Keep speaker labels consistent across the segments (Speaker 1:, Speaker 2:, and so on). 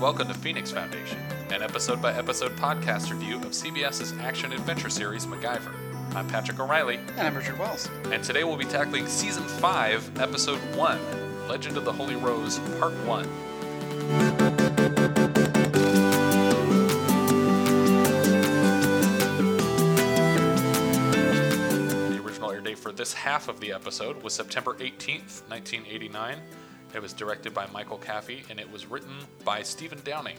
Speaker 1: welcome to Phoenix Foundation, an episode by episode podcast review of CBS's action adventure series MacGyver. I'm Patrick O'Reilly,
Speaker 2: And I'm Richard Wells.
Speaker 1: and today we'll be tackling Season 5, Episode 1 Legend of the Holy Rose, Part 1. The original air date for this half of the episode was September 18th, 1989. It was directed by Michael Caffey and it was written by Stephen Downing.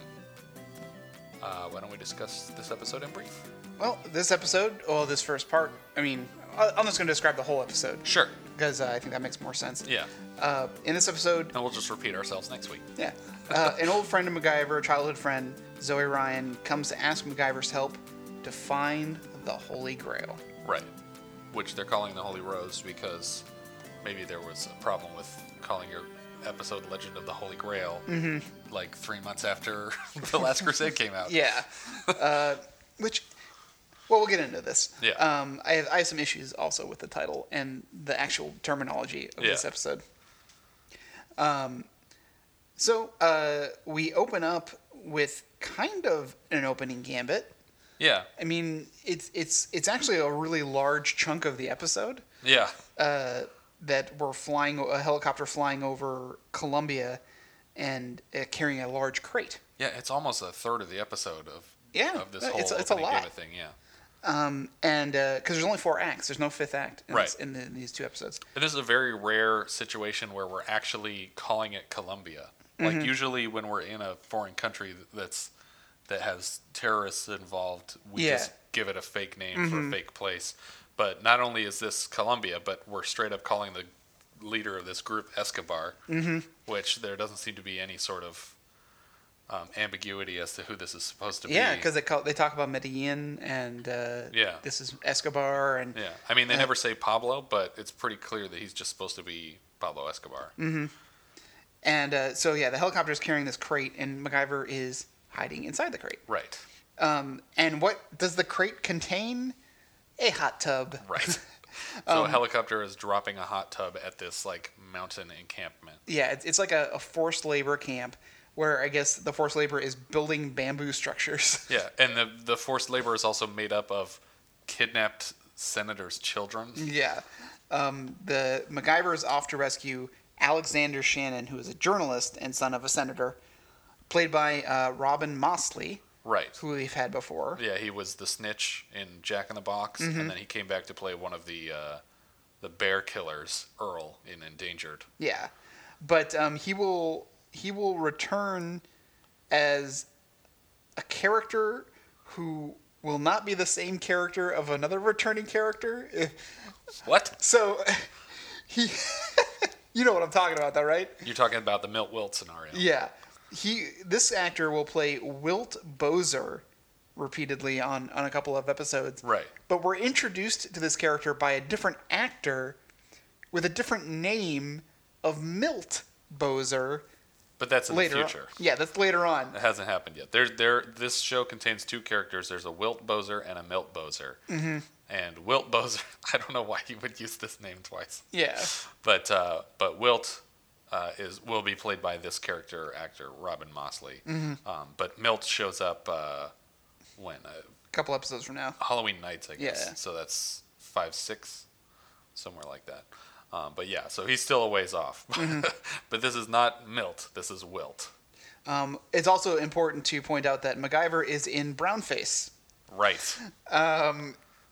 Speaker 1: Uh, why don't we discuss this episode in brief?
Speaker 2: Well, this episode, well, this first part, I mean, I- I'm just going to describe the whole episode
Speaker 1: Sure.
Speaker 2: because uh, I think that makes more sense.
Speaker 1: Yeah. Oh.
Speaker 2: Uh, in this episode,
Speaker 1: And we'll just repeat ourselves next week.
Speaker 2: yeah, uh, an old friend of MacGyver, a childhood friend, Zoe Ryan, comes to ask MacGyver's help to find the Holy Grail.
Speaker 1: Right. Which they're calling the Holy Rose because maybe there was a problem with calling your episode Legend of the Holy Grail like three months after The Last Crusade came out.
Speaker 2: Mm-hmm. Yeah. uh, which, well, we'll get into this.
Speaker 1: Yeah.
Speaker 2: Um, I, have, I have some issues also with the title and the actual terminology of this
Speaker 1: Yeah.
Speaker 2: episode. Um, so uh, we open up with kind of an opening gambit.
Speaker 1: Yeah.
Speaker 2: I mean, it's it's it's actually a really large chunk of the episode
Speaker 1: Yeah.
Speaker 2: uh, that we're flying a helicopter flying over Colombia and uh, carrying a large crate.
Speaker 1: Yeah, it's almost a third of the episode of
Speaker 2: Yeah,
Speaker 1: of this
Speaker 2: uh,
Speaker 1: whole
Speaker 2: it's- it's a
Speaker 1: opening
Speaker 2: lot.
Speaker 1: Gambit thing, yeah.
Speaker 2: Um, and because there's only four acts, there's no fifth act in,
Speaker 1: Right.
Speaker 2: this, in, the, in these two episodes.
Speaker 1: And this is a very rare situation where we're actually calling it Colombia. Like
Speaker 2: Mm-hmm.
Speaker 1: usually when we're in a foreign country that's that has terrorists involved, we
Speaker 2: Yeah. Mm-hmm.
Speaker 1: just give it a fake name for a fake place. But not only is this Colombia, but we're straight up calling the leader of this group Escobar,
Speaker 2: Mm-hmm.
Speaker 1: which there doesn't seem to be any sort of um, ambiguity as to who this is supposed to be.
Speaker 2: Yeah, because they call, they talk about Medellin and uh,
Speaker 1: Yeah.
Speaker 2: this is Escobar and
Speaker 1: Yeah, I
Speaker 2: uh,
Speaker 1: mean they never say Pablo, but it's pretty clear that he's just supposed to be Pablo Escobar.
Speaker 2: Mm-hmm. and uh, so yeah, the helicopter is carrying this crate and MacGyver is hiding inside the crate.
Speaker 1: Right,
Speaker 2: Um, and what does the crate contain? A hot tub.
Speaker 1: right. so a helicopter is dropping a hot tub at this like mountain encampment.
Speaker 2: Yeah, it's, it's like a, a forced labor camp where I guess the forced labor is building bamboo structures.
Speaker 1: Yeah, and the the forced labor is also made up of kidnapped senators' children.
Speaker 2: Yeah. Um, the MacGyver is off to rescue Alexander Shannon, who is a journalist and son of a senator, played by uh, Robin Mosley,
Speaker 1: Right.
Speaker 2: who we've had before.
Speaker 1: Yeah, he was the snitch in Jack in the Box, and then he came back to play one of the uh, the bear killers, Earl in Endangered.
Speaker 2: Yeah. But um, he will he will return as a character who will not be the same character of another returning character.
Speaker 1: What?
Speaker 2: So he you know what I'm talking about though, right?
Speaker 1: You're talking about the Milt Wilt scenario.
Speaker 2: Yeah. He this actor will play Wilt Bozer repeatedly on on a couple of episodes.
Speaker 1: Right.
Speaker 2: But we're introduced to this character by a different actor with a different name of Milt Bozer
Speaker 1: But that's in
Speaker 2: later.
Speaker 1: the
Speaker 2: on.
Speaker 1: future.
Speaker 2: Yeah, that's later on.
Speaker 1: It hasn't happened yet. There, there. This show contains two characters. There's a Wilt Bozer and a Milt Bozer. Mm-hmm. And Wilt Bozer, I don't know why you would use this name twice,
Speaker 2: Yeah.
Speaker 1: but uh, but Wilt uh, is will be played by this character actor Robin Mosley. Um, but Milt shows up uh, when uh,
Speaker 2: A couple episodes from now.
Speaker 1: Halloween nights, I guess.
Speaker 2: Yeah.
Speaker 1: So that's five, six, somewhere like that. Um, but yeah, so he's still a ways off. but this is not Milt. This is Wilt.
Speaker 2: Um, it's also important to point out that MacGyver is in brownface.
Speaker 1: Right.
Speaker 2: Uh,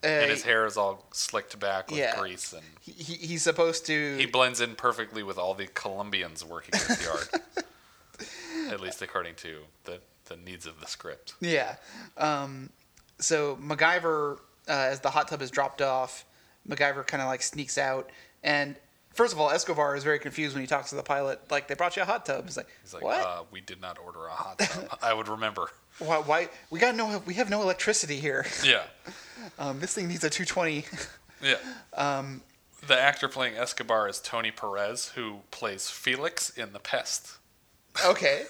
Speaker 1: and his hair is all slicked back with
Speaker 2: Yeah.
Speaker 1: grease and
Speaker 2: he, he, he's supposed to.
Speaker 1: he blends in perfectly with all the Colombians working his yard. At least according to the, the needs of the script.
Speaker 2: Yeah. Um, so MacGyver, uh, as the hot tub is dropped off, MacGyver kind of like sneaks out. And first of all, Escobar is very confused when he talks to the pilot. Like, they brought you a hot tub. He's like,
Speaker 1: He's like,
Speaker 2: what?
Speaker 1: Uh, we did not order a hot tub. I would remember.
Speaker 2: why, why? We got no. We have no electricity here.
Speaker 1: Yeah.
Speaker 2: Um, this thing needs a 220.
Speaker 1: Yeah. Um, the actor playing Escobar is Tony Perez, who plays Felix in The Pest.
Speaker 2: okay.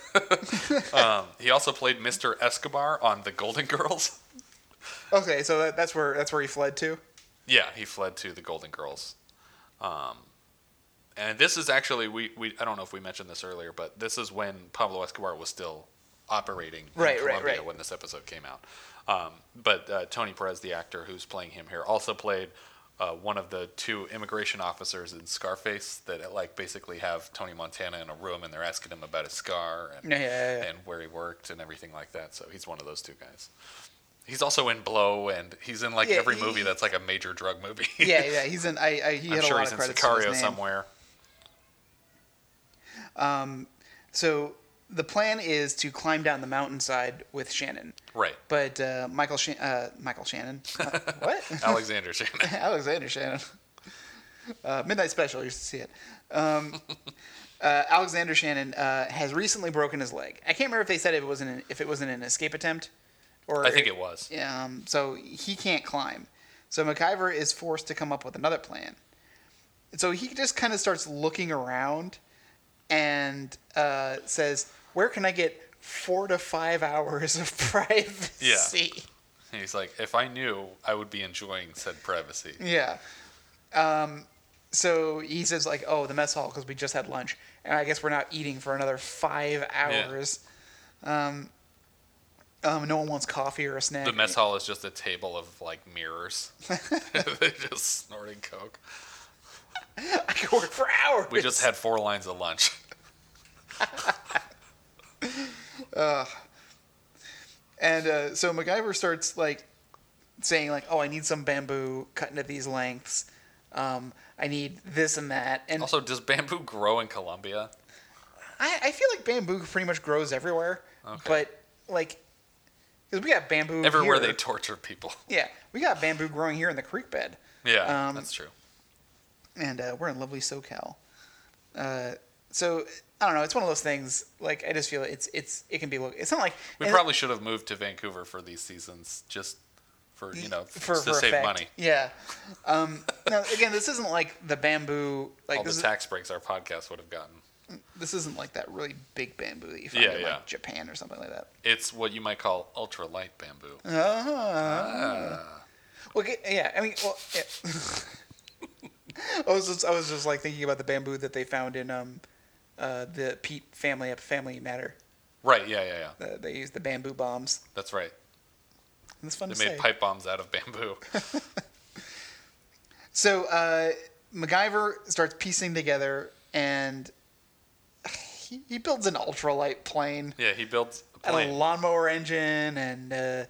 Speaker 1: Um, he also played Mr. Escobar on The Golden Girls.
Speaker 2: Okay. So that, that's where that's where he fled to.
Speaker 1: Yeah, he fled to the Golden Girls. Um, and this is actually we, we I don't know if we mentioned this earlier, but this is when Pablo Escobar was still operating
Speaker 2: Right,
Speaker 1: in
Speaker 2: right,
Speaker 1: Colombia
Speaker 2: right.
Speaker 1: when this episode came out. Um, but uh, Tony Perez, the actor who's playing him here, also played uh, one of the two immigration officers in Scarface that like basically have Tony Montana in a room and they're asking him about his scar and,
Speaker 2: Yeah, yeah, yeah.
Speaker 1: and where he worked and everything like that. So he's one of those two guys. He's also in Blow and he's in like
Speaker 2: Yeah,
Speaker 1: every
Speaker 2: he-
Speaker 1: movie that's like a major drug movie.
Speaker 2: yeah, yeah. He's in. I, I he
Speaker 1: I'm
Speaker 2: had a
Speaker 1: sure
Speaker 2: lot
Speaker 1: he's
Speaker 2: of
Speaker 1: in
Speaker 2: credits. to his
Speaker 1: Sicario
Speaker 2: name.
Speaker 1: somewhere.
Speaker 2: So the plan is to climb down the mountainside with Shannon,
Speaker 1: Right.
Speaker 2: but uh, Michael Shan- uh, Michael Shannon, Uh, what?
Speaker 1: Alexander Shannon.
Speaker 2: Alexander Shannon. Uh, Midnight Special, you used to see it. Um, uh, Alexander Shannon uh, has recently broken his leg. I can't remember if they said if it wasn't an, if it wasn't an escape attempt, or
Speaker 1: I think it was.
Speaker 2: Um, so he can't climb. So McIver is forced to come up with another plan. So he just kind of starts looking around, and uh, says, "Where can I get four to five hours of privacy?" Yeah.
Speaker 1: He's like, if I knew, I would be enjoying said privacy.
Speaker 2: Yeah. Um, so he says like, "Oh, the mess hall because we just had lunch, and I guess we're not eating for another five hours." Um, um, no one wants coffee or a snack.
Speaker 1: The mess hall is just a table of like mirrors. They're just snorting coke.
Speaker 2: I could work for hours.
Speaker 1: We just had four lines of lunch.
Speaker 2: and uh, so MacGyver starts like saying like, "Oh, I need some bamboo cut into these lengths. Um, I need this and that." And
Speaker 1: Also, does bamboo grow in Colombia?
Speaker 2: I, I feel like bamboo pretty much grows everywhere,
Speaker 1: Okay.
Speaker 2: but like, because we got bamboo
Speaker 1: Everywhere
Speaker 2: here.
Speaker 1: they torture people.
Speaker 2: Yeah, we got bamboo growing here in the creek bed.
Speaker 1: Yeah,
Speaker 2: Um,
Speaker 1: that's true.
Speaker 2: and uh, we're in lovely SoCal. Uh, so I don't know. It's one of those things. Like I just feel it's it's it can be. look- It's not like
Speaker 1: We
Speaker 2: and-
Speaker 1: probably should have moved to Vancouver for these seasons just for, you know,
Speaker 2: for,
Speaker 1: to
Speaker 2: for
Speaker 1: save
Speaker 2: effect.
Speaker 1: money.
Speaker 2: Yeah. Um, now again, this isn't like the bamboo. Like
Speaker 1: All
Speaker 2: this,
Speaker 1: the
Speaker 2: is,
Speaker 1: tax breaks our podcast would have gotten.
Speaker 2: this isn't like that really big bamboo that you find
Speaker 1: Yeah,
Speaker 2: in
Speaker 1: yeah.
Speaker 2: like Japan or something like that.
Speaker 1: It's what you might call ultra light bamboo. Uh-huh.
Speaker 2: Well, g- yeah. I mean, well, yeah. I was just I was just like thinking about the bamboo that they found in um, uh, the Pete family up Family Matter.
Speaker 1: Right, yeah, yeah, yeah.
Speaker 2: Uh, they used the bamboo bombs.
Speaker 1: That's right.
Speaker 2: It's fun
Speaker 1: They
Speaker 2: to
Speaker 1: made
Speaker 2: say.
Speaker 1: pipe bombs out of bamboo.
Speaker 2: So uh, MacGyver starts piecing together, and he, he builds an ultralight plane,
Speaker 1: Yeah, he builds a
Speaker 2: and a
Speaker 1: plane,
Speaker 2: lawnmower engine, and uh,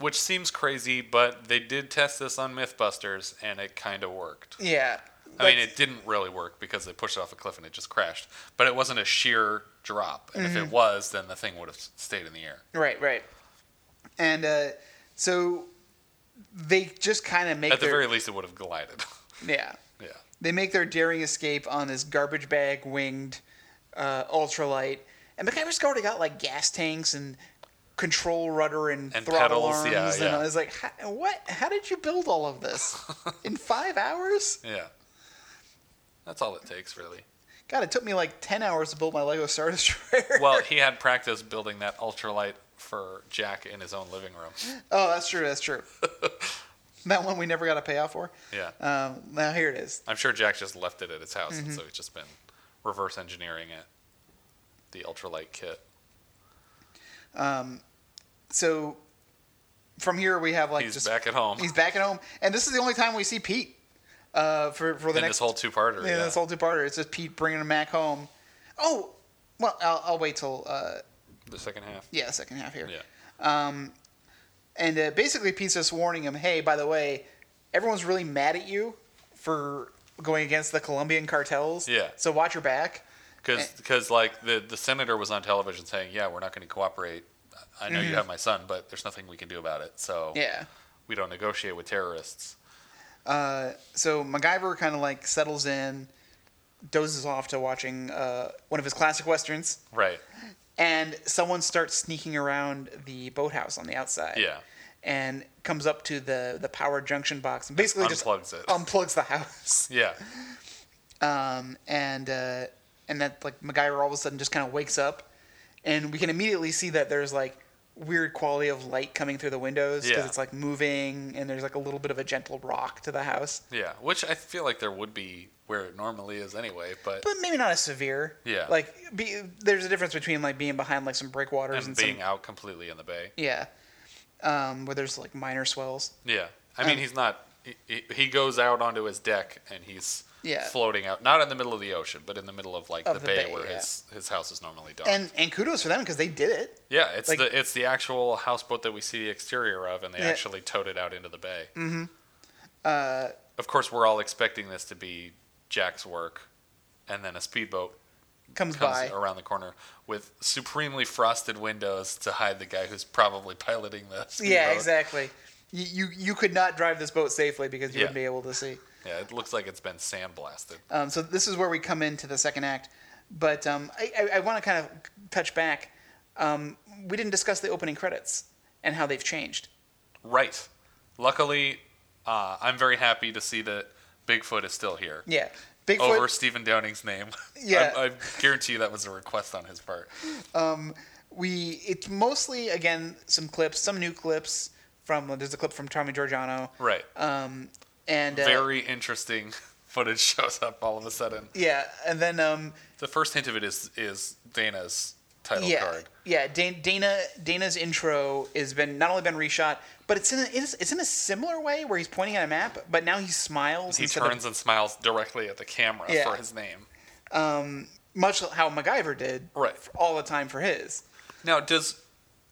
Speaker 1: which seems crazy, but they did test this on MythBusters, and it kind of worked.
Speaker 2: yeah.
Speaker 1: I mean,
Speaker 2: Like,
Speaker 1: it didn't really work because they pushed it off a cliff and it just crashed. But it wasn't a sheer drop, and
Speaker 2: Mm-hmm.
Speaker 1: if it was, then the thing would have s- stayed in the air.
Speaker 2: right, right. And uh, so they just kind of make
Speaker 1: At the
Speaker 2: their
Speaker 1: very least, it would have glided.
Speaker 2: yeah.
Speaker 1: yeah,
Speaker 2: They make their daring escape on this garbage bag winged uh, ultralight, and MacGyver's already got like gas tanks and control rudder and,
Speaker 1: And
Speaker 2: throttle
Speaker 1: pedals,
Speaker 2: arms,
Speaker 1: yeah,
Speaker 2: and
Speaker 1: yeah.
Speaker 2: I was like, "How- "What? How did you build all of this in five hours?
Speaker 1: yeah. That's all it takes, really.
Speaker 2: God, it took me like ten hours to build my Lego Star Destroyer."
Speaker 1: Well, he had practice building that ultralight for Jack in his own living room.
Speaker 2: oh, that's true. That's true. that one we never got a payoff for.
Speaker 1: Yeah.
Speaker 2: Um, now here it is.
Speaker 1: I'm sure Jack just left it at his house,
Speaker 2: Mm-hmm.
Speaker 1: and so he's just been reverse engineering it. The ultralight kit.
Speaker 2: So from here we have like
Speaker 1: He's
Speaker 2: just
Speaker 1: back at home.
Speaker 2: he's back at home, and this is the only time we see Pete uh, for for the
Speaker 1: in this
Speaker 2: next
Speaker 1: whole two-parter.
Speaker 2: Yeah, this whole two-parter. It's just Pete bringing him back home. Oh, well, I'll, I'll wait till uh,
Speaker 1: the second half.
Speaker 2: yeah, the second half here.
Speaker 1: Yeah.
Speaker 2: And uh, basically, Pete's just warning him, "Hey, by the way, everyone's really mad at you for going against the Colombian cartels.
Speaker 1: Yeah.
Speaker 2: So watch your back."
Speaker 1: Because like the the senator was on television saying, yeah, we're not going to cooperate. I know you have my son, but there's nothing we can do about it. So
Speaker 2: Mm-hmm. Yeah.
Speaker 1: we don't negotiate with terrorists.
Speaker 2: Uh, so MacGyver kind of like settles in, dozes off to watching uh, one of his classic westerns,
Speaker 1: Right.
Speaker 2: and someone starts sneaking around the boathouse on the outside.
Speaker 1: Yeah.
Speaker 2: and comes up to the the power junction box and basically just
Speaker 1: Unplugs it.
Speaker 2: unplugs the house.
Speaker 1: Yeah.
Speaker 2: Um, and uh, and that like MacGyver all of a sudden just kind of wakes up, and we can immediately see that there's like weird quality of light coming through the windows because
Speaker 1: Yeah.
Speaker 2: it's like moving and there's like a little bit of a gentle rock to the house,
Speaker 1: Yeah, which I feel like there would be where it normally is anyway, but,
Speaker 2: but maybe not as severe.
Speaker 1: Yeah.
Speaker 2: Like be, there's a difference between like being behind like some breakwaters and,
Speaker 1: and
Speaker 2: some-
Speaker 1: being out completely in the bay.
Speaker 2: yeah, um, where there's like minor swells.
Speaker 1: Yeah, I mean
Speaker 2: Um,
Speaker 1: he's not. he- He, he goes out onto his deck and he's
Speaker 2: Yeah.
Speaker 1: floating out, not in the middle of the ocean, but in the middle of like
Speaker 2: Of
Speaker 1: the,
Speaker 2: the
Speaker 1: bay,
Speaker 2: bay,
Speaker 1: where
Speaker 2: yeah.
Speaker 1: his his house is normally docked.
Speaker 2: And and kudos for them because they did it.
Speaker 1: yeah, it's
Speaker 2: like-
Speaker 1: the it's the actual houseboat that we see the exterior of, and they
Speaker 2: Yeah.
Speaker 1: actually towed it out into the bay. Mm-hmm. Uh, of course, we're all expecting this to be Jack's work, and then a speedboat
Speaker 2: Comes,
Speaker 1: comes
Speaker 2: by.
Speaker 1: around the corner with supremely frosted windows to hide the guy who's probably piloting this.
Speaker 2: Yeah, exactly. You, you you could not drive this boat safely because you
Speaker 1: Yeah.
Speaker 2: wouldn't be able to see.
Speaker 1: Yeah, it looks like it's been sandblasted.
Speaker 2: Um, so this is where we come into the second act, but um, I, I, I want to kind of touch back. Um, we didn't discuss the opening credits and how they've changed.
Speaker 1: Right. Luckily, uh, I'm very happy to see that Bigfoot is still here.
Speaker 2: Yeah, Bigfoot.
Speaker 1: Over Stephen Downing's name.
Speaker 2: Yeah.
Speaker 1: I, I guarantee you that was a request on his part.
Speaker 2: We it's mostly again some clips, some new clips from. There's a clip from Tommy Giorgiano.
Speaker 1: Right.
Speaker 2: Um, and uh,
Speaker 1: very interesting footage shows up all of a sudden.
Speaker 2: yeah, and then um,
Speaker 1: The first hint of it is is Dana's title
Speaker 2: yeah,
Speaker 1: card.
Speaker 2: yeah. Dan- Dana Dana's intro has been not only been reshot, but it's in a, it's, it's in a similar way where he's pointing at a map, but now he smiles.
Speaker 1: He
Speaker 2: instead of-
Speaker 1: turns and smiles directly at the camera
Speaker 2: Yeah.
Speaker 1: for his name.
Speaker 2: much how MacGyver did
Speaker 1: Right.
Speaker 2: f- all the time for his.
Speaker 1: Now, does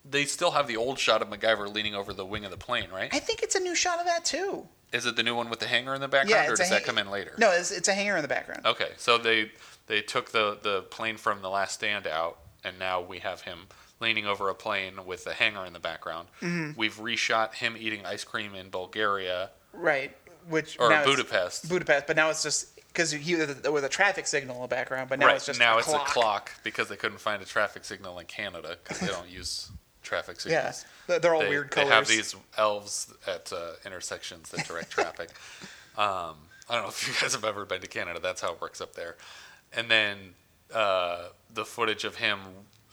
Speaker 1: they still have the old shot of MacGyver leaning over the wing of the plane, right?
Speaker 2: I think it's a new shot of that too.
Speaker 1: Is it the new one with the hanger in the background,
Speaker 2: Yeah,
Speaker 1: or
Speaker 2: it's
Speaker 1: does
Speaker 2: a
Speaker 1: that
Speaker 2: hang-
Speaker 1: come in later? Oh.
Speaker 2: No, it's, it's a hanger in the background.
Speaker 1: Okay, so they they took the the plane from the Last Stand out, and now we have him leaning over a plane with the hanger in the background.
Speaker 2: Mm-hmm.
Speaker 1: We've reshot him eating ice cream in Bulgaria
Speaker 2: Right, which
Speaker 1: or
Speaker 2: now it's
Speaker 1: Budapest.
Speaker 2: Budapest, but now it's just because he there was a traffic signal in the background, but now
Speaker 1: right
Speaker 2: it's just
Speaker 1: now,
Speaker 2: a
Speaker 1: it's
Speaker 2: clock.
Speaker 1: a clock because they couldn't find a traffic signal in Canada because they don't use traffic
Speaker 2: Yeah,
Speaker 1: signals.
Speaker 2: Th- they're all
Speaker 1: they,
Speaker 2: weird
Speaker 1: they
Speaker 2: colors.
Speaker 1: have these elves at uh, intersections that direct traffic. Um, I don't know if you guys have ever been to Canada. That's how it works up there. And then uh, the footage of him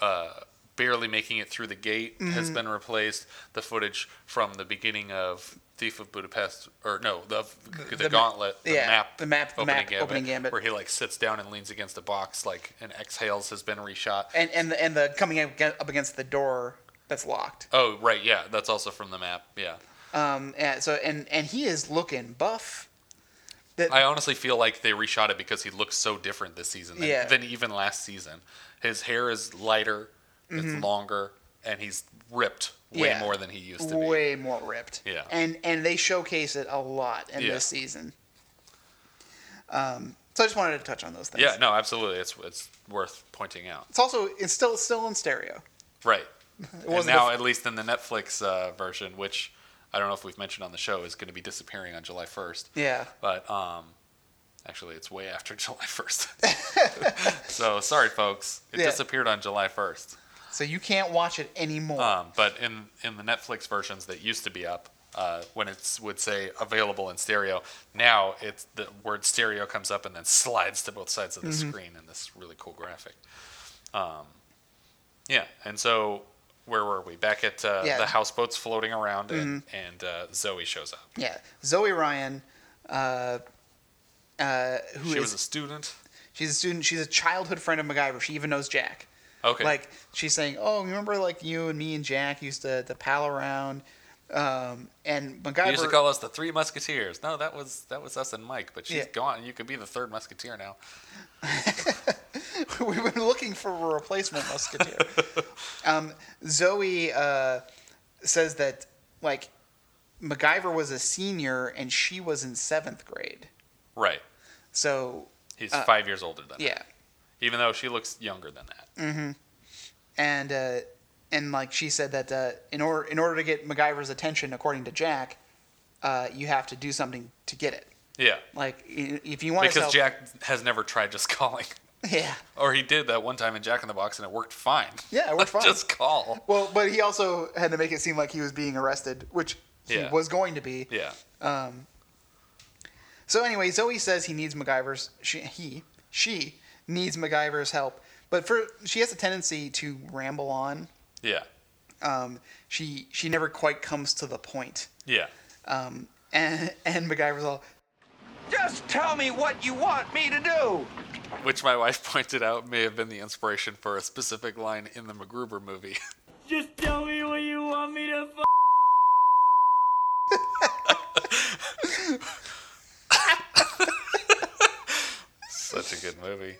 Speaker 1: uh, barely making it through the gate
Speaker 2: Mm-hmm.
Speaker 1: has been replaced. The footage from the beginning of Thief of Budapest, or no, the the,
Speaker 2: the ma-
Speaker 1: Gauntlet, the
Speaker 2: yeah,
Speaker 1: map,
Speaker 2: the map- the map, opening gambit.
Speaker 1: where he like sits down and leans against a box, like and exhales, has been reshot.
Speaker 2: and and the, and the coming up ag- up against the door that's locked.
Speaker 1: Oh right, yeah, that's also from the map. Yeah.
Speaker 2: Um, and so and and he is looking buff. That
Speaker 1: I honestly feel like they reshot it because he looks so different this season than,
Speaker 2: Yeah.
Speaker 1: than even last season. His hair is lighter, it's longer, and he's ripped way
Speaker 2: Mm-hmm. Yeah.
Speaker 1: more than he used to be.
Speaker 2: way more ripped.
Speaker 1: Yeah.
Speaker 2: And and they showcase it a lot in
Speaker 1: Yeah.
Speaker 2: this season. Um, so I just wanted to touch on those things.
Speaker 1: Yeah, no, absolutely. It's it's worth pointing out.
Speaker 2: It's also it's still still in stereo.
Speaker 1: Right. and
Speaker 2: wasn't
Speaker 1: now,
Speaker 2: bef-
Speaker 1: at least in the Netflix uh, version, which I don't know if we've mentioned on the show, is going to be disappearing on July 1st.
Speaker 2: Yeah.
Speaker 1: But um, actually, it's way after July 1st. so sorry, folks. It
Speaker 2: Yeah.
Speaker 1: disappeared on July 1st.
Speaker 2: So you can't watch it anymore.
Speaker 1: Um, but in in the Netflix versions that used to be up, uh, when it would say available in stereo, now it's the word stereo comes up and then slides to both sides of the
Speaker 2: Mm-hmm.
Speaker 1: screen in this really cool graphic. Um, yeah, and so where were we? Back at uh,
Speaker 2: Yeah. Mm-hmm.
Speaker 1: the houseboats floating around, and, and uh, Zoe shows up.
Speaker 2: yeah. Zoe Ryan, uh, uh, who
Speaker 1: She
Speaker 2: is-
Speaker 1: was a student.
Speaker 2: she's a student. She's a childhood friend of MacGyver. She even knows Jack.
Speaker 1: Okay.
Speaker 2: Like she's saying, "Oh, you remember like you and me and Jack used to, to pal around." Um, and
Speaker 1: They used to
Speaker 2: MacGyver.
Speaker 1: call us the Three Musketeers. No, that was that was us and Mike, but she's
Speaker 2: Yeah.
Speaker 1: gone. You could be the third Musketeer now.
Speaker 2: we were looking for a replacement musketeer. um, Zoe uh, says that like MacGyver was a senior and she was in seventh grade.
Speaker 1: Right.
Speaker 2: So
Speaker 1: He's
Speaker 2: Uh,
Speaker 1: five years older than her,
Speaker 2: yeah,
Speaker 1: even though she looks younger than that.
Speaker 2: and uh, and like she said that uh, in order in order to get MacGyver's attention, according to Jack, uh, you have to do something to get it.
Speaker 1: Yeah.
Speaker 2: Like i- if you want to
Speaker 1: Because Jack has never tried just calling.
Speaker 2: yeah,
Speaker 1: Or he did that one time in Jack in the Box and it worked fine.
Speaker 2: Yeah, it worked fine.
Speaker 1: just call.
Speaker 2: well, but he also had to make it seem like he was being arrested, which he
Speaker 1: Yeah.
Speaker 2: was going to be.
Speaker 1: Yeah.
Speaker 2: Um, So anyway, Zoe says he needs MacGyver's. She, he, she needs MacGyver's help, but for she has a tendency to ramble on,
Speaker 1: Yeah.
Speaker 2: um, she she never quite comes to the point.
Speaker 1: Yeah.
Speaker 2: Um, and and MacGyver's all,
Speaker 3: Just tell me what you want me to do.
Speaker 1: Which my wife pointed out may have been the inspiration for a specific line in the MacGruber movie.
Speaker 4: Just tell me what you want me to f-
Speaker 1: Such a good movie.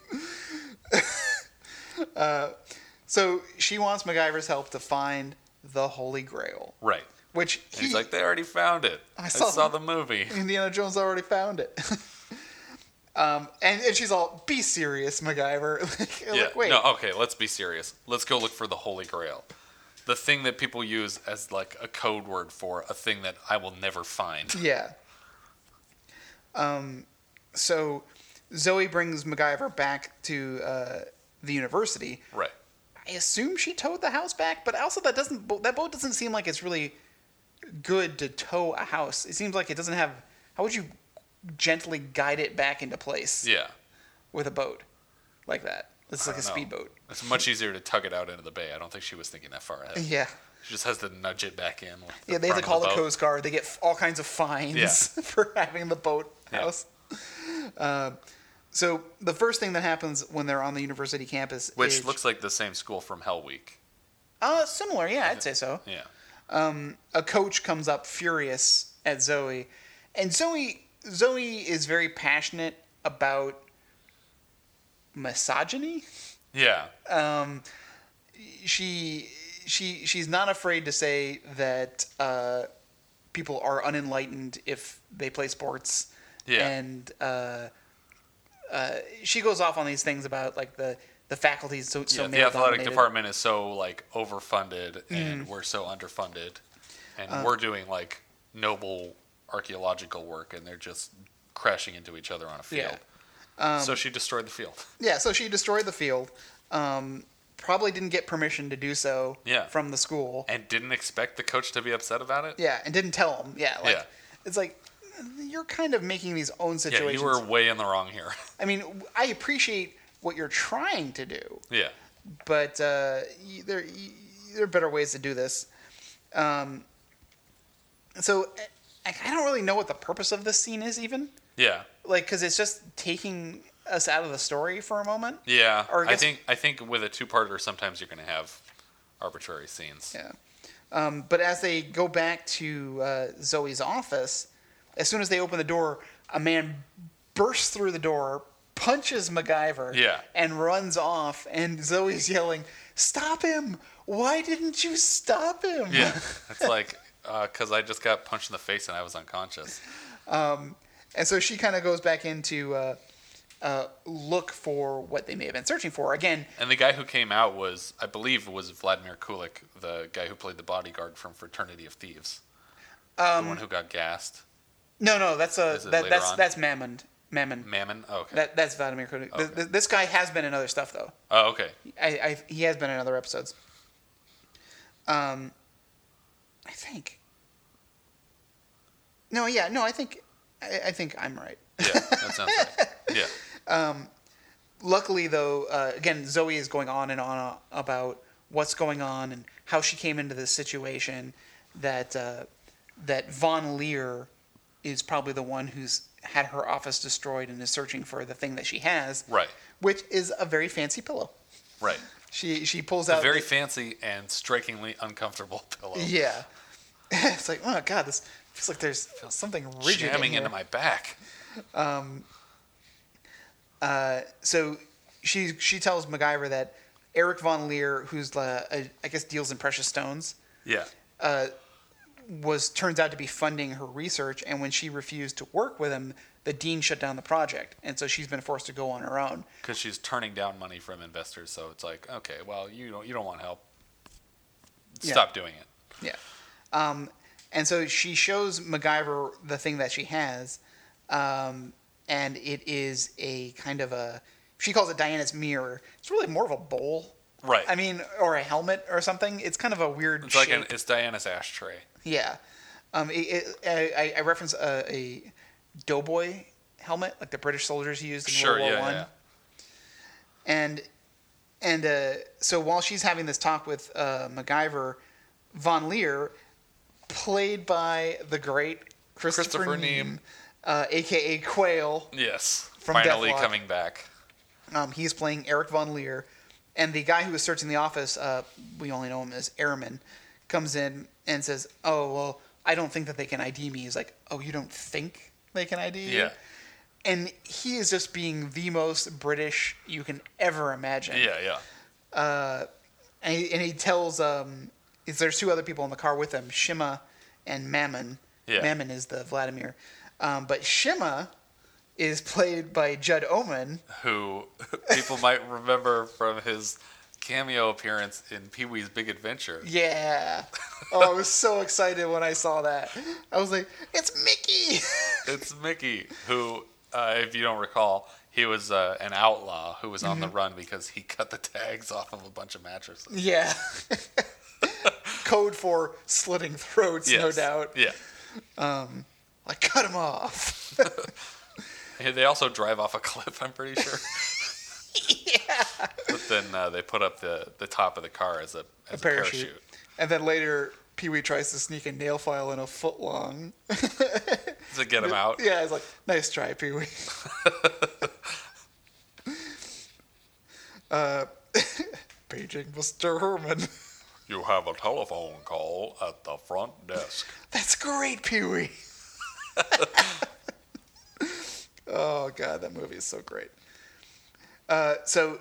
Speaker 2: so she wants MacGyver's help to find the Holy Grail,
Speaker 1: Right.
Speaker 2: which
Speaker 1: And
Speaker 2: he,
Speaker 1: he's like, they already found it. I
Speaker 2: saw
Speaker 1: saw,
Speaker 2: the-
Speaker 1: the movie.
Speaker 2: Indiana Jones already found it. um, and, and she's all, be serious, MacGyver. like,
Speaker 1: yeah.
Speaker 2: like, wait,
Speaker 1: No, okay, let's be serious. Let's go look for the Holy Grail. The thing that people use as like a code word for a thing that I will never find.
Speaker 2: Yeah. Um, so Zoe brings MacGyver back to uh, the university.
Speaker 1: Right.
Speaker 2: I assume she towed the house back, but also that doesn't bo- that boat doesn't seem like it's really good to tow a house. It seems like it doesn't have. How would you gently guide it back into place
Speaker 1: Yeah.
Speaker 2: with a boat like that? It's like a
Speaker 1: No.
Speaker 2: speedboat.
Speaker 1: It's much easier to tug it out into the bay. I don't think she was thinking that far ahead.
Speaker 2: Yeah.
Speaker 1: She just has to nudge it back in. with the
Speaker 2: Yeah, they have to
Speaker 1: front
Speaker 2: call
Speaker 1: of
Speaker 2: the,
Speaker 1: boat.
Speaker 2: Coast Guard. They get f- all kinds of fines
Speaker 1: Yeah.
Speaker 2: for having the boat
Speaker 1: Yeah.
Speaker 2: house. Uh, so the first thing that happens when they're on the university campus,
Speaker 1: Which
Speaker 2: is-
Speaker 1: looks like the same school from Hell Week.
Speaker 2: uh, similar. Yeah, I'd say so.
Speaker 1: Yeah.
Speaker 2: A coach comes up furious at Zoe, and Zoe Zoe is very passionate about misogyny.
Speaker 1: Yeah.
Speaker 2: she she she's not afraid to say that uh, people are unenlightened if they play sports.
Speaker 1: Yeah.
Speaker 2: And uh, uh, she goes off on these things about like the the faculty's so so
Speaker 1: yeah, the
Speaker 2: male
Speaker 1: athletic
Speaker 2: dominated.
Speaker 1: department is so like overfunded
Speaker 2: Mm.
Speaker 1: and we're so underfunded and
Speaker 2: Uh,
Speaker 1: we're doing like noble archaeological work and they're just crashing into each other on a
Speaker 2: Yeah. Um,
Speaker 1: field. so she destroyed the field.
Speaker 2: Yeah. So she destroyed the field. Um, probably didn't get permission to do so.
Speaker 1: Yeah.
Speaker 2: From the school.
Speaker 1: And didn't expect the coach to be upset about it?
Speaker 2: yeah, and didn't tell them. Yeah. Like,
Speaker 1: Yeah.
Speaker 2: It's like you're kind of making these own
Speaker 1: Yeah,
Speaker 2: situations.
Speaker 1: you were way in the wrong here.
Speaker 2: I mean, I appreciate what you're trying to do.
Speaker 1: yeah.
Speaker 2: but uh, y- there y- there are better ways to do this. Um, so I, I don't really know what the purpose of this scene is even,
Speaker 1: Yeah.
Speaker 2: like because it's just taking us out of the story for a moment.
Speaker 1: Yeah.
Speaker 2: Or I
Speaker 1: I,
Speaker 2: guess-
Speaker 1: think I think with a two parter sometimes you're gonna have arbitrary scenes.
Speaker 2: Yeah. Um, but as they go back to uh, Zoe's office, as soon as they open the door, a man bursts through the door, punches MacGyver,
Speaker 1: Yeah.
Speaker 2: and runs off. And Zoe's yelling, "Stop him! Why didn't you stop him?"
Speaker 1: Yeah. it's like because I just got punched in the face and I was unconscious.
Speaker 2: And so she kind of goes back in to uh, uh, look for what they may have been searching for. Again,
Speaker 1: And the guy who came out was, I believe, was Vladimir Kulik, the guy who played the bodyguard from Fraternity of Thieves,
Speaker 2: Um,
Speaker 1: the one who got gassed.
Speaker 2: no, no, that's a
Speaker 1: Is it
Speaker 2: that,
Speaker 1: later
Speaker 2: that's
Speaker 1: on?
Speaker 2: that's Mammon, Mammon.
Speaker 1: Mammon. Oh, okay.
Speaker 2: That that's Vladimir Kulik. Th-
Speaker 1: Okay.
Speaker 2: th- this guy has been in other stuff though.
Speaker 1: oh, okay.
Speaker 2: I, I he has been in other episodes. Um, I think. No, yeah, no, I think, I, I think I'm right.
Speaker 1: Yeah, that sounds right. Yeah,
Speaker 2: luckily though uh, again zoe is going on and on uh, about what's going on and how she came into this situation that uh, that von lear is probably the one who's had her office destroyed and is searching for the thing that she has
Speaker 1: Right.
Speaker 2: which is a very fancy pillow
Speaker 1: right.
Speaker 2: she she pulls
Speaker 1: A
Speaker 2: out
Speaker 1: very fancy and strikingly uncomfortable pillow.
Speaker 2: Uh, yeah it's like oh god this feels like there's something rigid in
Speaker 1: jamming
Speaker 2: here.
Speaker 1: into my back.
Speaker 2: Uh, so she she tells MacGyver that Eric von Lear, who's uh, a, I guess deals in precious stones,
Speaker 1: Yeah,
Speaker 2: uh, was turns out to be funding her research, and when she refused to work with him, the dean shut down the project, and so she's been forced to go on her own.
Speaker 1: because she's turning down money from investors, so it's like, okay, well, you don't, you don't want help.
Speaker 2: Yeah.
Speaker 1: Stop doing it.
Speaker 2: Yeah. Um, and so she shows MacGyver the thing that she has, um, and it is a kind of a. She calls it Diana's mirror. It's really more of a bowl.
Speaker 1: Right.
Speaker 2: I mean, or a helmet or something. It's kind of a weird.
Speaker 1: It's like
Speaker 2: shape.
Speaker 1: an, it's Diana's ashtray.
Speaker 2: Yeah, um, it, it, I, I- I reference a, a doughboy helmet, like the British soldiers used in
Speaker 1: Sure.
Speaker 2: World War
Speaker 1: Yeah,
Speaker 2: One,
Speaker 1: yeah.
Speaker 2: and and uh, so while she's having this talk with uh, MacGyver, Von Leer, played by the great Christopher,
Speaker 1: Christopher
Speaker 2: Neame,
Speaker 1: Neame.
Speaker 2: uh, aka Quail.
Speaker 1: Yes.
Speaker 2: From
Speaker 1: Finally
Speaker 2: Deathlock.
Speaker 1: coming back.
Speaker 2: Um, he's playing Eric Von Leer, and the guy who was searching the office, uh, we only know him as Airman, comes in and says, "Oh well, I don't think that they can ID me." He's like, "Oh, you don't think they can ID you?"
Speaker 1: Yeah.
Speaker 2: And he is just being the most British you can ever imagine.
Speaker 1: Yeah, yeah.
Speaker 2: and he, and he tells um, is there's two other people in the car with him, Shima and Mammon.
Speaker 1: Yeah.
Speaker 2: Mammon is the Vladimir, um, but Shima is played by Judd Omen.
Speaker 1: Who people might remember from his cameo appearance in Pee Wee's Big Adventure.
Speaker 2: Yeah. Oh, I was so excited when I saw that. I was like, it's Mickey.
Speaker 1: It's Mickey, who, uh, if you don't recall, he was uh, an outlaw who was on the
Speaker 2: Mm-hmm.
Speaker 1: run because he cut the tags off of a bunch of mattresses.
Speaker 2: yeah. Code for slitting throats, no
Speaker 1: Yes.
Speaker 2: doubt.
Speaker 1: Yeah.
Speaker 2: Like, cut him off.
Speaker 1: Hey, They also drive off a cliff, I'm pretty sure. yeah. But then uh, they put up the, the top of the car as a, as a parachute.
Speaker 2: parachute. And then later, Pee Wee tries to sneak a nail file in a foot long.
Speaker 1: to get him out.
Speaker 2: Yeah, it's like, nice try, Pee Wee. uh, Beijing, Mr. Herman.
Speaker 1: You have a telephone call at the front desk.
Speaker 2: That's great, Pee Wee. oh, God, that movie is so great. Uh, so,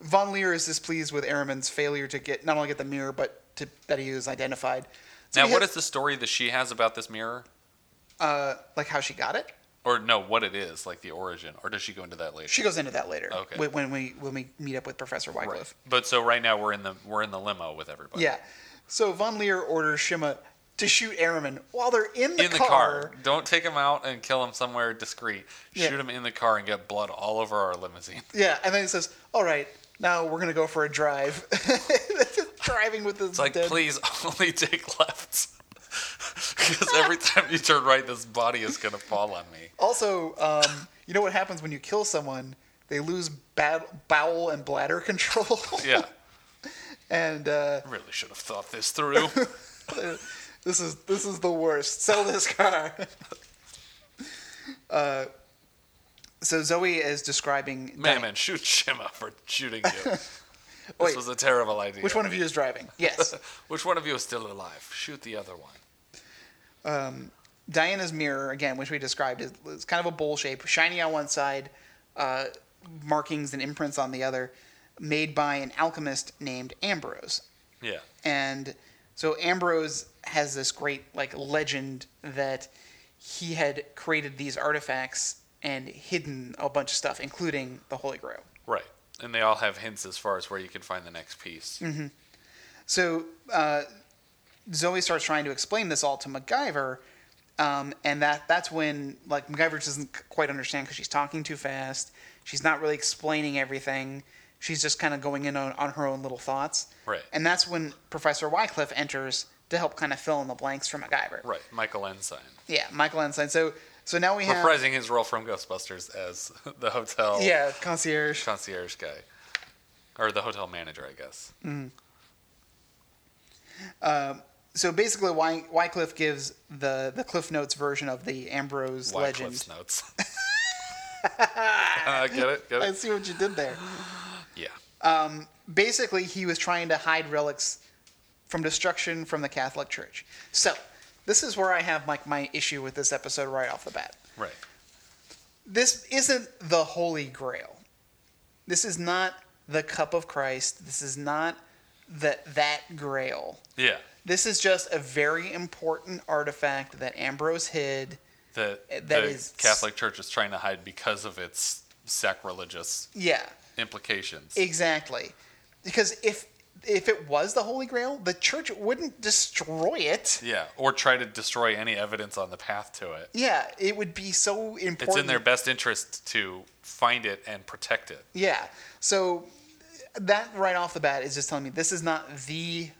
Speaker 2: Von Leer is displeased with Ehrman's failure to get, not only get the mirror, but to, that he was identified. So
Speaker 1: now,
Speaker 2: he
Speaker 1: what
Speaker 2: has-
Speaker 1: is the story that she has about this mirror?
Speaker 2: Uh, like how she got it?
Speaker 1: Or no, what it is, like the origin, or does she go into that later?
Speaker 2: She goes into that later.
Speaker 1: Okay.
Speaker 2: When, when we when we meet up with Professor Wycliffe.
Speaker 1: Right. But so right now we're in the we're in the limo with everybody.
Speaker 2: Yeah. So Von Leer orders Shima to shoot Araman while they're in the
Speaker 1: in the
Speaker 2: car.
Speaker 1: car. Don't take him out and kill him somewhere discreet.
Speaker 2: Yeah.
Speaker 1: Shoot him in the car and get blood all over our limousine.
Speaker 2: Yeah, and then he says, "All right, now we're gonna go for a drive." Driving with this
Speaker 1: It's like,
Speaker 2: dead.
Speaker 1: please only take lefts. Because every time you turn right, this body is going to fall on me.
Speaker 2: Also, um, you know what happens when you kill someone? They lose bad- bowel and bladder control.
Speaker 1: Yeah.
Speaker 2: and uh,
Speaker 1: I really should have thought this through.
Speaker 2: this is this is the worst. Sell this car. uh, so Zoe is describing
Speaker 1: Man, man, shoot Shima for shooting you. This
Speaker 2: Wait.
Speaker 1: was a terrible idea.
Speaker 2: Which one of you is driving? Yes.
Speaker 1: Which one of you is still alive? Shoot the other one.
Speaker 2: Diana's mirror, again, which we described, is, is kind of a bowl shape, shiny on one side, uh, markings and imprints on the other, made by an alchemist named Ambrose.
Speaker 1: Yeah.
Speaker 2: And so Ambrose has this great like legend that he had created these artifacts and hidden a bunch of stuff, including the Holy Grail.
Speaker 1: Right. And they all have hints as far as where you can find the next piece.
Speaker 2: Mm-hmm. So uh, Zoe starts trying to explain this all to MacGyver, um, and that that's when like MacGyver doesn't c- quite understand because she's talking too fast. She's not really explaining everything. She's just kind of going in on, on her own little thoughts.
Speaker 1: Right.
Speaker 2: And that's when Professor Wycliffe enters to help kind of fill in the blanks for MacGyver.
Speaker 1: Right. Michael Ensign.
Speaker 2: Yeah, Michael Ensign. So so now we have
Speaker 1: reprising his role from Ghostbusters as the hotel
Speaker 2: yeah concierge.
Speaker 1: concierge guy, or the hotel manager, I guess.
Speaker 2: So basically, Wy- Wycliffe gives the the Cliff Notes version of the Ambrose legend.
Speaker 1: Wycliffe's notes. uh, get it? Get
Speaker 2: I
Speaker 1: it?
Speaker 2: see what you did there.
Speaker 1: Yeah.
Speaker 2: basically he was trying to hide relics from destruction from the Catholic Church. So this is where I have like my issue with this episode right off the bat.
Speaker 1: Right.
Speaker 2: This isn't the Holy Grail. This is not the cup of Christ. This is not the, that grail.
Speaker 1: Yeah.
Speaker 2: This is just a very important artifact that Ambrose hid.
Speaker 1: The,
Speaker 2: Uh, That
Speaker 1: the
Speaker 2: is-
Speaker 1: Catholic Church is trying to hide because of its sacrilegious
Speaker 2: Yeah,
Speaker 1: implications.
Speaker 2: exactly. Because if if it was the Holy Grail, the church wouldn't destroy it.
Speaker 1: yeah. Or try to destroy any evidence on the path to it.
Speaker 2: Yeah, it would be so important.
Speaker 1: It's in their best interest to find it and protect it.
Speaker 2: Yeah. So that right off the bat is just telling me this is not the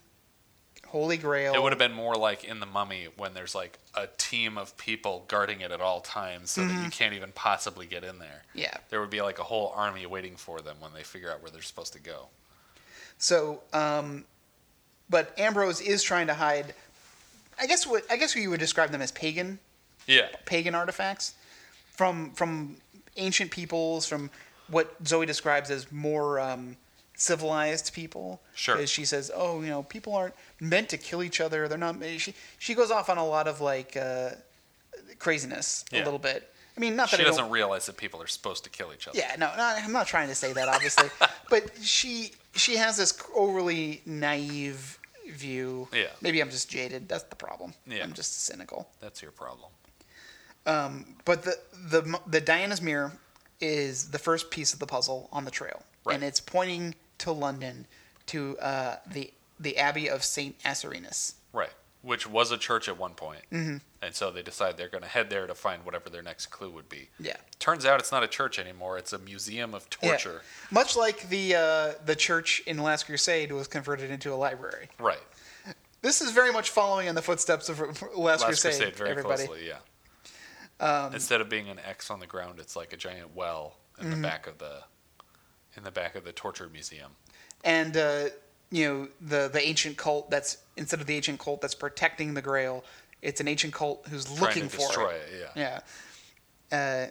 Speaker 2: Holy Grail.
Speaker 1: It would have been more like in the Mummy when there's like a team of people guarding it at all times, so that you can't even possibly get in there.
Speaker 2: Mm-hmm. Yeah.
Speaker 1: there would be like a whole army waiting for them when they figure out where they're supposed to go.
Speaker 2: So um, But Ambrose is trying to hide. I guess what I guess you would describe them as pagan
Speaker 1: Yeah.
Speaker 2: pagan artifacts from from ancient peoples, from what Zoe describes as more um, civilized people.
Speaker 1: Sure.
Speaker 2: 'Cause she says, "Oh, you know, people aren't meant to kill each other. They're not." She she goes off on a lot of like uh, craziness a
Speaker 1: Yeah.
Speaker 2: little bit. I mean, not that
Speaker 1: She
Speaker 2: I don't-
Speaker 1: doesn't realize that people are supposed to kill each other.
Speaker 2: yeah, no, no, I'm not trying to say that, obviously. but she she has this overly naive view.
Speaker 1: Yeah.
Speaker 2: Maybe I'm just jaded. That's the problem.
Speaker 1: Yeah.
Speaker 2: I'm just cynical.
Speaker 1: That's your problem.
Speaker 2: But the the the Diana's mirror is the first piece of the puzzle on the trail,
Speaker 1: Right.
Speaker 2: and it's pointing to London, to uh, the the Abbey of Saint Aserinus.
Speaker 1: Right. Which was a church at one point. Mm-hmm. And so they decide they're going to head there to find whatever their next clue would be.
Speaker 2: Yeah.
Speaker 1: Turns out it's not a church anymore. It's a museum of torture.
Speaker 2: Yeah. Much like the uh, the church in Last Crusade was converted into a library.
Speaker 1: Right.
Speaker 2: This is very much following in the footsteps of Last,
Speaker 1: Last
Speaker 2: Crusade.
Speaker 1: Crusade, very
Speaker 2: everybody. Um,
Speaker 1: closely, yeah. Instead of being an X on the ground, it's like a giant well in
Speaker 2: Mm-hmm.
Speaker 1: the back of the in the back of the torture museum.
Speaker 2: and uh, you know the the ancient cult that's instead of the ancient cult that's protecting the Grail, it's an ancient cult who's looking
Speaker 1: trying to
Speaker 2: for
Speaker 1: destroy
Speaker 2: it.
Speaker 1: it. yeah.
Speaker 2: Yeah, uh,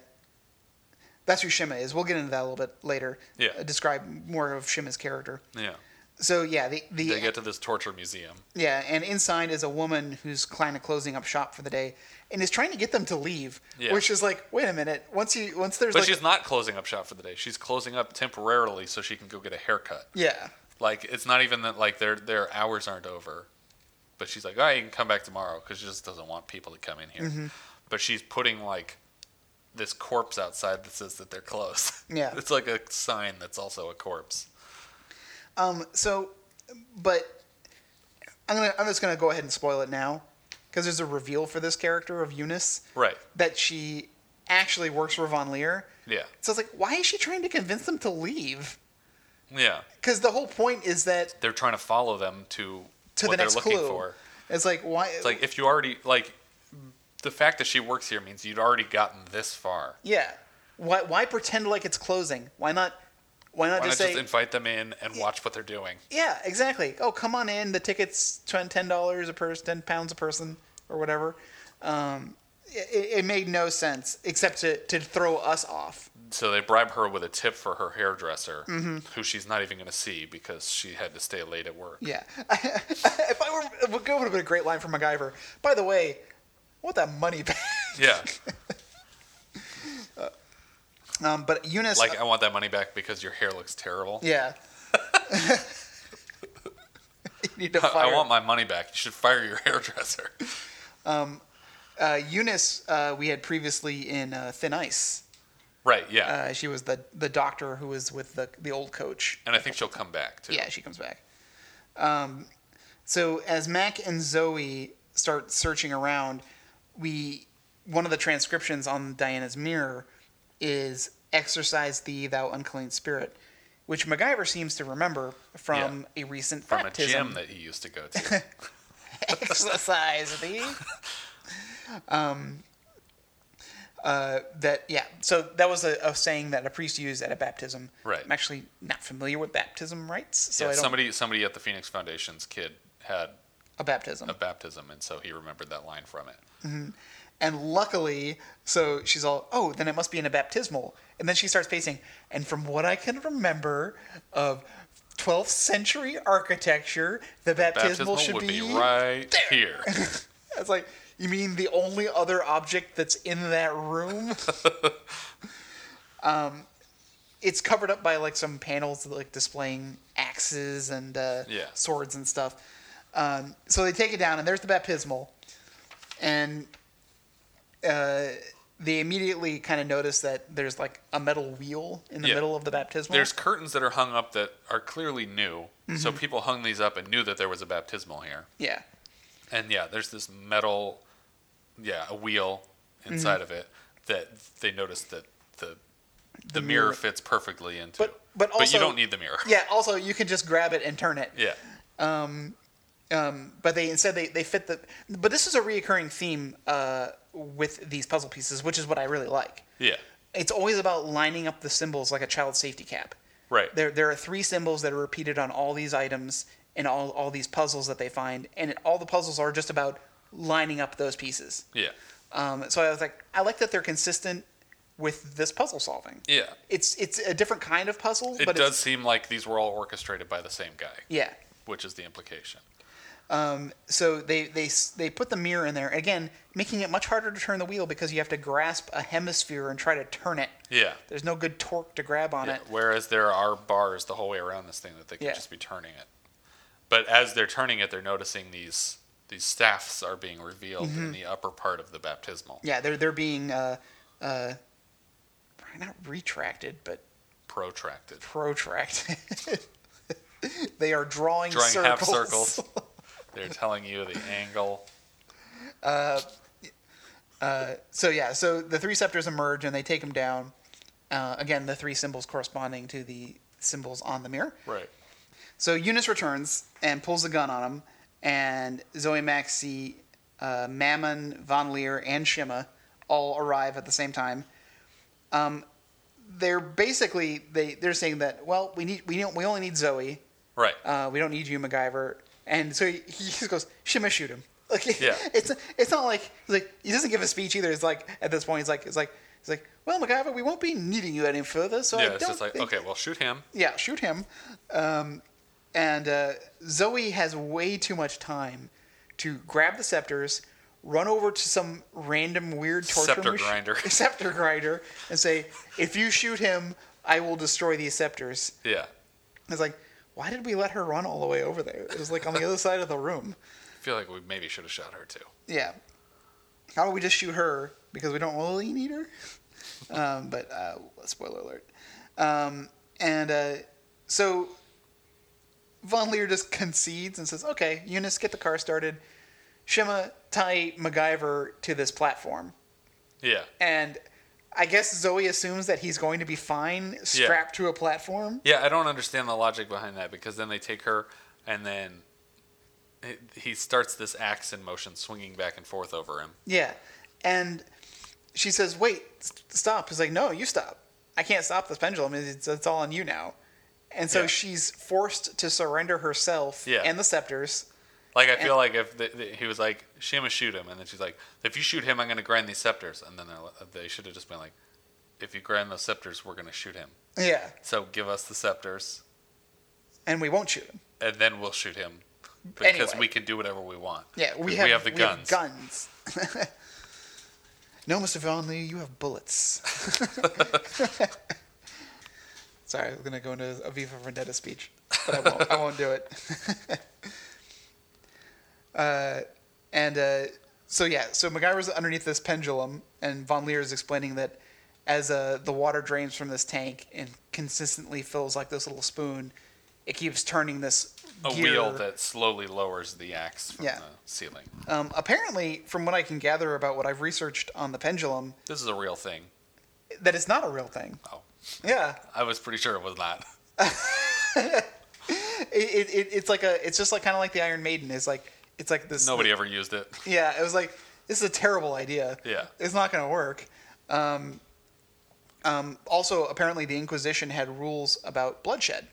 Speaker 2: that's who Shima is. We'll get into that a little bit later.
Speaker 1: Yeah.
Speaker 2: uh, describe more of Shima's character.
Speaker 1: Yeah.
Speaker 2: So yeah, the the
Speaker 1: They get to this torture museum.
Speaker 2: yeah, and inside is a woman who's kind of closing up shop for the day and is trying to get them to leave,
Speaker 1: Yeah.
Speaker 2: which is like, wait a minute, once you once there's
Speaker 1: But
Speaker 2: like
Speaker 1: she's not closing up shop for the day. She's closing up temporarily so she can go get a haircut.
Speaker 2: yeah.
Speaker 1: Like it's not even that like their their hours aren't over, but she's like, "All right, you can come back tomorrow," because she just doesn't want people to come in here.
Speaker 2: Mm-hmm.
Speaker 1: But she's putting like this corpse outside that says that they're closed.
Speaker 2: Yeah.
Speaker 1: it's like a sign that's also a corpse.
Speaker 2: Um, So, but I'm gonna I'm just gonna go ahead and spoil it now because there's a reveal for this character of Eunice
Speaker 1: Right.
Speaker 2: that she actually works for Von Leer.
Speaker 1: Yeah.
Speaker 2: So it's like, why is she trying to convince them to leave?
Speaker 1: Yeah.
Speaker 2: Because the whole point is that
Speaker 1: They're trying to follow them to
Speaker 2: to
Speaker 1: what
Speaker 2: the next
Speaker 1: they're looking
Speaker 2: clue,
Speaker 1: for.
Speaker 2: it's like why?
Speaker 1: It's like if you already like the fact that she works here means you'd already gotten this far.
Speaker 2: yeah, why why pretend like it's closing? Why not? Why not
Speaker 1: Why
Speaker 2: just
Speaker 1: not
Speaker 2: say
Speaker 1: just invite them in and watch what they're doing?
Speaker 2: yeah, exactly? Oh, come on in. The tickets ten dollars a person, ten pounds a person, or whatever. Um, it, it made no sense except to to throw us off.
Speaker 1: So they bribe her with a tip for her hairdresser,
Speaker 2: Mm-hmm.
Speaker 1: who she's not even going to see because she had to stay late at work.
Speaker 2: Yeah. if I were, it would have been a great line from MacGyver. By the way, what that money back?
Speaker 1: Yeah.
Speaker 2: Um, but Eunice.
Speaker 1: like, I want that money back because your hair looks terrible.
Speaker 2: yeah. you need to
Speaker 1: I
Speaker 2: fire.
Speaker 1: want my money back. You should fire your hairdresser.
Speaker 2: uh, Eunice, uh, we had previously in uh, Thin Ice.
Speaker 1: right, yeah.
Speaker 2: Uh, she was the the doctor who was with the the old coach.
Speaker 1: and I think she'll come back, too.
Speaker 2: Yeah, she comes back. Um, so as Mac and Zoe start searching around, we one of the transcriptions on Diana's mirror is "Exercise thee, thou unclean spirit," which MacGyver seems to remember from a recent
Speaker 1: From
Speaker 2: baptism.
Speaker 1: a gym that he used to go to.
Speaker 2: Exercise thee. um, uh, that yeah. So that was a, a saying that a priest used at a baptism.
Speaker 1: Right.
Speaker 2: I'm actually not familiar with baptism rites, so
Speaker 1: yeah,
Speaker 2: I don't.
Speaker 1: somebody, somebody at the Phoenix Foundation's kid had
Speaker 2: a baptism.
Speaker 1: a baptism, and so he remembered that line from it.
Speaker 2: And luckily, so she's all, oh, then it must be in a baptismal. And then she starts pacing. And from what I can remember of 12th century architecture, the baptismal,
Speaker 1: Baptismal
Speaker 2: should
Speaker 1: would
Speaker 2: be.
Speaker 1: be, right here.
Speaker 2: It's like, you mean the only other object that's in that room? um, it's covered up by like some panels like displaying axes and uh,
Speaker 1: Yeah.
Speaker 2: swords and stuff. Um, so they take it down, and there's the baptismal, and uh, they immediately kind of notice that there's like a metal wheel in the
Speaker 1: Yeah.
Speaker 2: middle of the baptismal.
Speaker 1: There's curtains that are hung up that are clearly new. So
Speaker 2: Mm-hmm.
Speaker 1: people hung these up and knew that there was a baptismal here.
Speaker 2: yeah,
Speaker 1: And yeah, there's this metal, yeah, a wheel
Speaker 2: Mm-hmm.
Speaker 1: inside of it that they noticed that the the, mirror,
Speaker 2: mirror.
Speaker 1: fits perfectly into.
Speaker 2: But- but also-
Speaker 1: you don't need the mirror.
Speaker 2: yeah. Also, you can just grab it and turn it.
Speaker 1: Yeah.
Speaker 2: Um, but they instead they, they fit the. But this is a reoccurring theme uh, with these puzzle pieces, which is what I really like.
Speaker 1: Yeah.
Speaker 2: It's always about lining up the symbols like a child safety cap.
Speaker 1: Right.
Speaker 2: There, there are three symbols that are repeated on all these items and all, all these puzzles that they find, and it, all the puzzles are just about lining up those pieces.
Speaker 1: Yeah.
Speaker 2: Um, so I was like, I like that they're consistent with this puzzle solving.
Speaker 1: Yeah.
Speaker 2: It's it's a different kind of puzzle,
Speaker 1: It
Speaker 2: but
Speaker 1: does
Speaker 2: It's,
Speaker 1: seem like these were all orchestrated by the same guy,
Speaker 2: yeah.
Speaker 1: which is the implication.
Speaker 2: So they they s- they put the mirror in there again, making it much harder to turn the wheel because you have to grasp a hemisphere and try to turn it.
Speaker 1: Yeah.
Speaker 2: There's no good torque to grab on
Speaker 1: Yeah,
Speaker 2: it.
Speaker 1: Whereas there are bars the whole way around this thing that they can
Speaker 2: Yeah.
Speaker 1: just be turning it. But as they're turning it, they're noticing these these staffs are being revealed
Speaker 2: Mm-hmm.
Speaker 1: in the upper part of the baptismal.
Speaker 2: Yeah, they're they're being uh, uh, not retracted, but
Speaker 1: Protracted.
Speaker 2: protracted. they are drawing,
Speaker 1: Drawing
Speaker 2: circles.
Speaker 1: half circles. they're telling you the angle.
Speaker 2: So yeah, so the three scepters emerge and they take him down. Uh, again, the three symbols corresponding to the symbols on the mirror.
Speaker 1: Right.
Speaker 2: So Eunice returns and pulls the gun on him, and Zoe Maxie, uh, Mammon, Von Leer, and Shima all arrive at the same time. Um, they're basically they they're saying that well we need we don't we only need Zoe,
Speaker 1: Right.
Speaker 2: uh, we don't need you MacGyver, and so he, he just goes Shima shoot him. Like
Speaker 1: Yeah.
Speaker 2: it's it's not like it's like he doesn't give a speech either. It's like at this point he's like it's like it's like well MacGyver we won't be needing you any further. So I
Speaker 1: yeah, it's
Speaker 2: don't
Speaker 1: just like,
Speaker 2: think
Speaker 1: okay, well, shoot him.
Speaker 2: yeah, shoot him. Um, and uh, Zoe has way too much time to grab the scepters, run over to some random weird torture
Speaker 1: Scepter
Speaker 2: mach-
Speaker 1: grinder.
Speaker 2: scepter grinder, and say, "If you shoot him, I will destroy these scepters."
Speaker 1: Yeah.
Speaker 2: It's like, why did we let her run all the way over there? It was like on the other side of the room.
Speaker 1: I feel like we maybe should have shot her too.
Speaker 2: Yeah. How do we just shoot her because we don't really need her? um, but uh, spoiler alert. Um, and uh, so Von Leer just concedes and says, "Okay, Eunice, get the car started. Shima, tie MacGyver to this platform."
Speaker 1: Yeah.
Speaker 2: And I guess Zoe assumes that he's going to be fine, strapped to a platform.
Speaker 1: Yeah, I don't understand the logic behind that because then they take her and then he- he starts this axe in motion swinging back and forth over him.
Speaker 2: Yeah. And she says, wait, s- stop. He's like, no, you stop. I can't stop this pendulum. It's, it's all on you now. And so
Speaker 1: Yeah.
Speaker 2: she's forced to surrender herself
Speaker 1: Yeah.
Speaker 2: and the scepters.
Speaker 1: Like I feel like if the, the, he was like Shima shoot him, and then she's like, if you shoot him, I'm gonna grind these scepters, and then they're li- they should have just been like, if you grind those scepters, we're gonna shoot him.
Speaker 2: Yeah.
Speaker 1: So give us the scepters,
Speaker 2: And we won't shoot him.
Speaker 1: and then we'll shoot him because
Speaker 2: Anyway.
Speaker 1: we can do whatever we want.
Speaker 2: Yeah, we
Speaker 1: 'Cause
Speaker 2: have,
Speaker 1: we have the guns.
Speaker 2: guns. no, Mr. Von Lee, you have bullets. Sorry, I was going to go into a Viva Vendetta speech, but I won't, I won't do it. uh, and uh, so, yeah, so MacGyver's underneath this pendulum, and Von Leer is explaining that as uh, the water drains from this tank and consistently fills like this little spoon, it keeps turning this
Speaker 1: A
Speaker 2: gear.
Speaker 1: wheel that slowly lowers the axe from
Speaker 2: Yeah.
Speaker 1: the ceiling.
Speaker 2: Um, apparently, from what I can gather about what I've researched on the pendulum,
Speaker 1: This is a real thing.
Speaker 2: that it's not a real thing.
Speaker 1: Oh,
Speaker 2: Yeah,
Speaker 1: I was pretty sure it was not.
Speaker 2: it, it, it, it's like a, it's just like kind of like the Iron Maiden is like, it's like this.
Speaker 1: Nobody ever used it.
Speaker 2: Yeah, it was like this is a terrible idea.
Speaker 1: Yeah.
Speaker 2: it's not going to work. Um, um, also, apparently, the Inquisition had rules about bloodshed.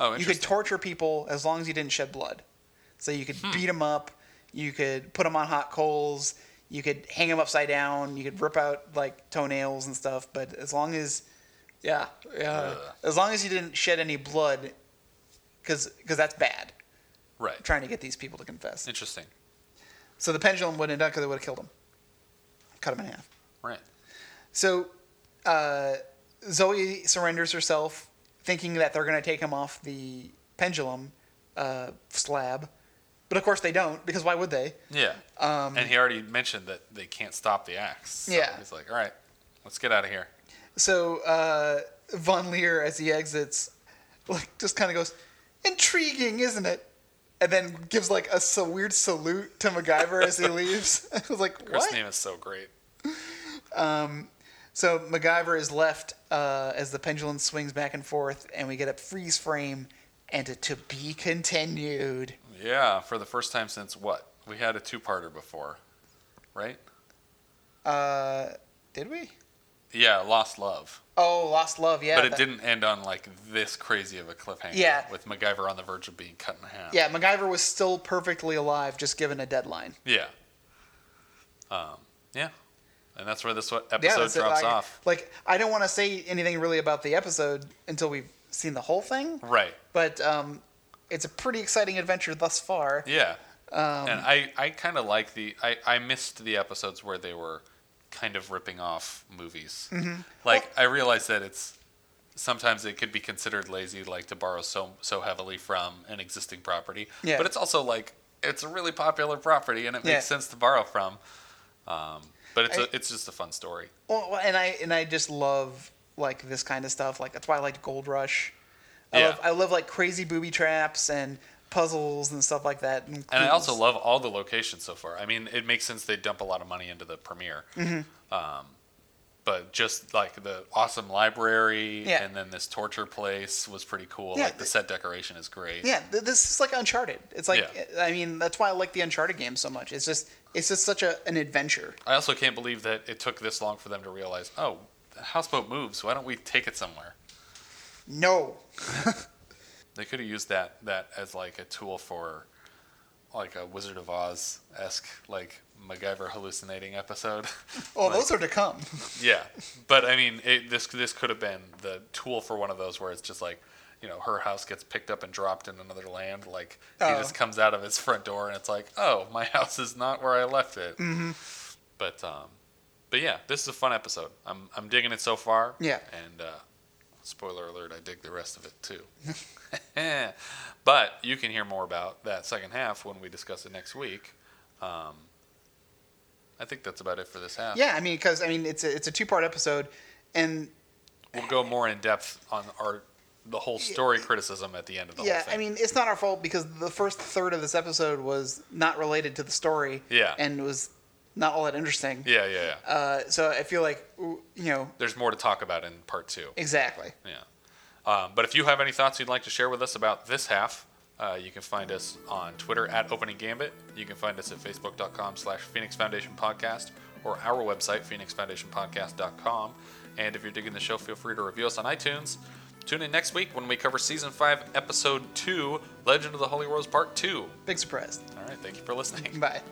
Speaker 1: Oh,
Speaker 2: You could
Speaker 1: interesting.
Speaker 2: torture people as long as you didn't shed blood. So you could beat 'em beat them up, you could put them on hot coals, you could hang them upside down, you could rip out like toenails and stuff. But as long as, yeah, yeah, as long as you didn't shed any blood, because that's bad.
Speaker 1: right.
Speaker 2: Trying to get these people to confess.
Speaker 1: Interesting.
Speaker 2: So the pendulum wouldn't have done because it would have killed them, cut them in half.
Speaker 1: Right.
Speaker 2: So uh, Zoe surrenders herself, thinking that they're going to take him off the pendulum uh, slab. But of course they don't, because why would they?
Speaker 1: Yeah. and he already mentioned that they can't stop the axe. So
Speaker 2: Um, Yeah.
Speaker 1: He's like, all right, let's get out of here.
Speaker 2: So uh, Von Leer, as he exits, like just kind of goes, "Intriguing, isn't it?" And then gives like a s- weird salute to MacGyver as he leaves. I was like,
Speaker 1: Chris
Speaker 2: "What?"
Speaker 1: name is so great.
Speaker 2: So MacGyver is left uh, as the pendulum swings back and forth, and we get a freeze frame and a to be continued.
Speaker 1: Yeah, for the first time since what? We had a two-parter before, right?
Speaker 2: Uh, Did we?
Speaker 1: Yeah, Lost Love.
Speaker 2: Oh, Lost Love. Yeah.
Speaker 1: but it
Speaker 2: that-
Speaker 1: didn't end on like this crazy of a cliffhanger.
Speaker 2: Yeah.
Speaker 1: With MacGyver on the verge of being cut in half.
Speaker 2: Yeah, MacGyver was still perfectly alive, just given a deadline.
Speaker 1: Yeah. Um, yeah. And that's where this one-
Speaker 2: Yeah,
Speaker 1: episode
Speaker 2: it.
Speaker 1: drops
Speaker 2: Like-
Speaker 1: off.
Speaker 2: Like, I don't want to say anything really about the episode until we've seen the whole thing,
Speaker 1: Right.
Speaker 2: but um, it's a pretty exciting adventure thus far.
Speaker 1: Yeah.
Speaker 2: Um,
Speaker 1: and I, I kind of like the I, I missed the episodes where they were kind of ripping off movies.
Speaker 2: Mm-hmm.
Speaker 1: Like I realize that it's sometimes it could be considered lazy, like to borrow so so heavily from an existing property.
Speaker 2: Yeah.
Speaker 1: But it's also like it's a really popular property, and it makes
Speaker 2: Yeah.
Speaker 1: sense to borrow from. Um, but it's a
Speaker 2: I-
Speaker 1: it's just a fun story.
Speaker 2: Well, well, and I and I just love like this kind of stuff. Like that's why I liked Gold Rush. I
Speaker 1: Yeah.
Speaker 2: love I love like crazy booby traps and puzzles and stuff like that. And,
Speaker 1: And I
Speaker 2: clues.
Speaker 1: also love all the locations so far. I mean, it makes sense they dump a lot of money into the premiere.
Speaker 2: Mm-hmm.
Speaker 1: Um, but just like the awesome library
Speaker 2: Yeah.
Speaker 1: and then this torture place was pretty cool.
Speaker 2: Yeah,
Speaker 1: like the
Speaker 2: th-
Speaker 1: set decoration is great.
Speaker 2: Yeah, th- this is like Uncharted. It's like
Speaker 1: Yeah.
Speaker 2: I mean that's why I like the Uncharted games so much. It's just it's just such a, an adventure.
Speaker 1: I also can't believe that it took this long for them to realize, oh, the houseboat moves. Why don't we take it somewhere?
Speaker 2: No,
Speaker 1: They could have used that that as like a tool for like a Wizard of Oz esque like MacGyver hallucinating episode.
Speaker 2: oh those are to come.
Speaker 1: Yeah, but I mean, it, this this could have been the tool for one of those where it's just like, you know, her house gets picked up and dropped in another land. Like he
Speaker 2: Oh.
Speaker 1: just comes out of his front door and it's like, oh, my house is not where I left it. Mm-hmm. But um, but yeah, this is a fun episode. I'm I'm digging it so far.
Speaker 2: Yeah.
Speaker 1: And uh, spoiler alert, I dig the rest of it too. but you can hear more about that second half when we discuss it next week. Um, I think that's about it for this half.
Speaker 2: yeah, I mean because I mean it's a, it's a two part episode, and
Speaker 1: we'll go more in depth on our the whole story criticism at the end of the
Speaker 2: yeah,
Speaker 1: whole thing.
Speaker 2: I mean it's not our fault because the first third of this episode was not related to the story.
Speaker 1: Yeah.
Speaker 2: and was not all that interesting.
Speaker 1: yeah, yeah, yeah.
Speaker 2: Uh, so I feel like w- you know
Speaker 1: There's more to talk about in part two.
Speaker 2: exactly.
Speaker 1: Yeah. Um, but if you have any thoughts you'd like to share with us about this half, uh, you can find us on Twitter at Opening Gambit. You can find us at facebook.com slash Phoenix Foundation Podcast or our website, phoenixfoundationpodcast.com. And if you're digging the show, feel free to review us on iTunes. Tune in next week when we cover Season 5, Episode 2, Legend of the Holy Rose Part 2.
Speaker 2: Big surprise.
Speaker 1: All right, thank you for listening.
Speaker 2: Bye.